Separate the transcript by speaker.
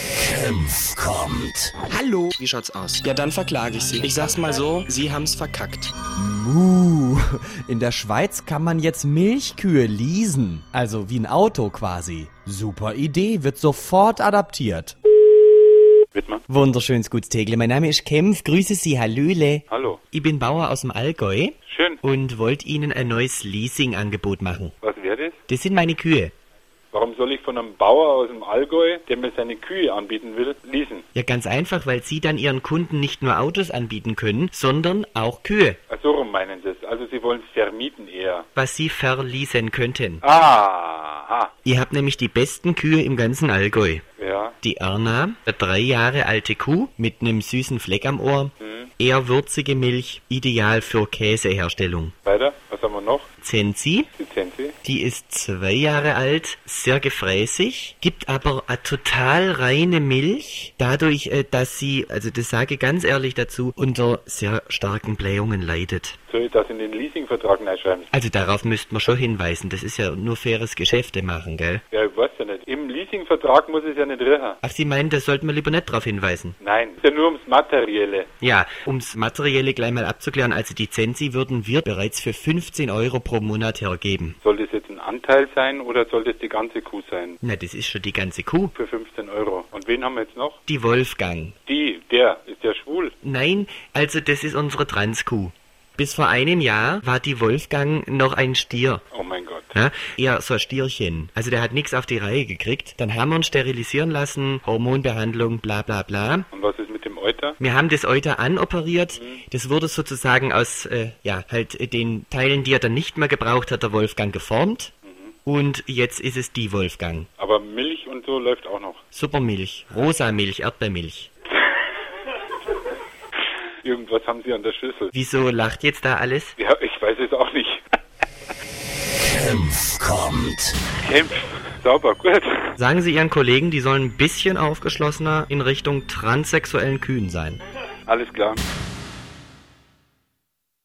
Speaker 1: Senf kommt.
Speaker 2: Hallo. Wie schaut's aus? Ja, dann verklage ich Sie. Ich sag's mal so, Sie haben's verkackt.
Speaker 3: Uh, in der Schweiz kann man jetzt Milchkühe leasen. Also wie ein Auto quasi. Super Idee, wird sofort adaptiert.
Speaker 4: Wittmann?
Speaker 3: Wunderschönes Guts Tegle. Mein Name ist Kempf. Grüße Sie, Hallöle.
Speaker 4: Hallo.
Speaker 3: Ich bin Bauer aus dem Allgäu
Speaker 4: Schön.
Speaker 3: und wollte Ihnen ein neues Leasing-Angebot machen.
Speaker 4: Was wäre das?
Speaker 3: Das sind meine Kühe.
Speaker 4: Warum soll ich von einem Bauer aus dem Allgäu, der mir seine Kühe anbieten will, leasen?
Speaker 3: Ja, ganz einfach, weil Sie dann Ihren Kunden nicht nur Autos anbieten können, sondern auch Kühe,
Speaker 4: Ach, so rum meinen Sie es. Also Sie wollen vermieten eher.
Speaker 3: was Sie verleasen könnten.
Speaker 4: Aha.
Speaker 3: Ihr habt nämlich die besten Kühe im ganzen Allgäu.
Speaker 4: Ja.
Speaker 3: Die Erna, eine drei Jahre alte Kuh mit einem süßen Fleck am Ohr. Eher würzige Milch, ideal für Käseherstellung.
Speaker 4: Weiter. Was haben wir noch?
Speaker 3: Zensi,
Speaker 4: Lizenzi?
Speaker 3: die ist zwei Jahre alt, sehr gefräßig, gibt aber eine total reine Milch, dadurch, äh, dass sie, also das sage ich ganz ehrlich dazu, unter sehr starken Blähungen leidet.
Speaker 4: Soll ich das in den Leasingvertrag reinschreiben?
Speaker 3: Also darauf müsste man schon hinweisen, das ist ja nur faires Geschäfte machen, gell?
Speaker 4: Ja, ich weiß ja nicht. Im Leasingvertrag muss es ja nicht rühren.
Speaker 3: Ach, Sie meinen, das sollten wir lieber nicht darauf hinweisen?
Speaker 4: Nein, es ist ja nur ums Materielle.
Speaker 3: Ja, ums Materielle gleich mal abzuklären, also die Zensi würden wir bereits für 15 Euro pro Monat hergeben.
Speaker 4: Soll das jetzt ein Anteil sein oder soll das die ganze Kuh sein?
Speaker 3: Na, das ist schon die ganze Kuh.
Speaker 4: Für 15 Euro. Und wen haben wir jetzt noch?
Speaker 3: Die Wolfgang.
Speaker 4: Die, der, ist ja schwul.
Speaker 3: Nein, also das ist unsere Transkuh. Bis vor einem Jahr war die Wolfgang noch ein Stier.
Speaker 4: Oh mein Gott.
Speaker 3: Ja, eher so ein Stierchen. Also der hat nichts auf die Reihe gekriegt. Dann haben wir ihn sterilisieren lassen, Hormonbehandlung, bla bla bla.
Speaker 4: Und was ist mit dem Euter?
Speaker 3: Wir haben das Euter anoperiert. Das wurde sozusagen aus, äh, ja, halt äh, den Teilen, die er dann nicht mehr gebraucht hat, der Wolfgang geformt. Und jetzt ist es die Wolfgang.
Speaker 4: Aber Milch und so läuft auch noch.
Speaker 3: Supermilch, Rosamilch, Erdbeermilch.
Speaker 4: Irgendwas haben sie an der Schüssel.
Speaker 3: Wieso lacht jetzt da alles?
Speaker 4: Ja, ich weiß es auch nicht.
Speaker 1: Senf kommt.
Speaker 4: Kämpf. Sauber, gut.
Speaker 3: Sagen Sie Ihren Kollegen, die sollen ein bisschen aufgeschlossener in Richtung transsexuellen Kühen sein.
Speaker 4: Alles klar.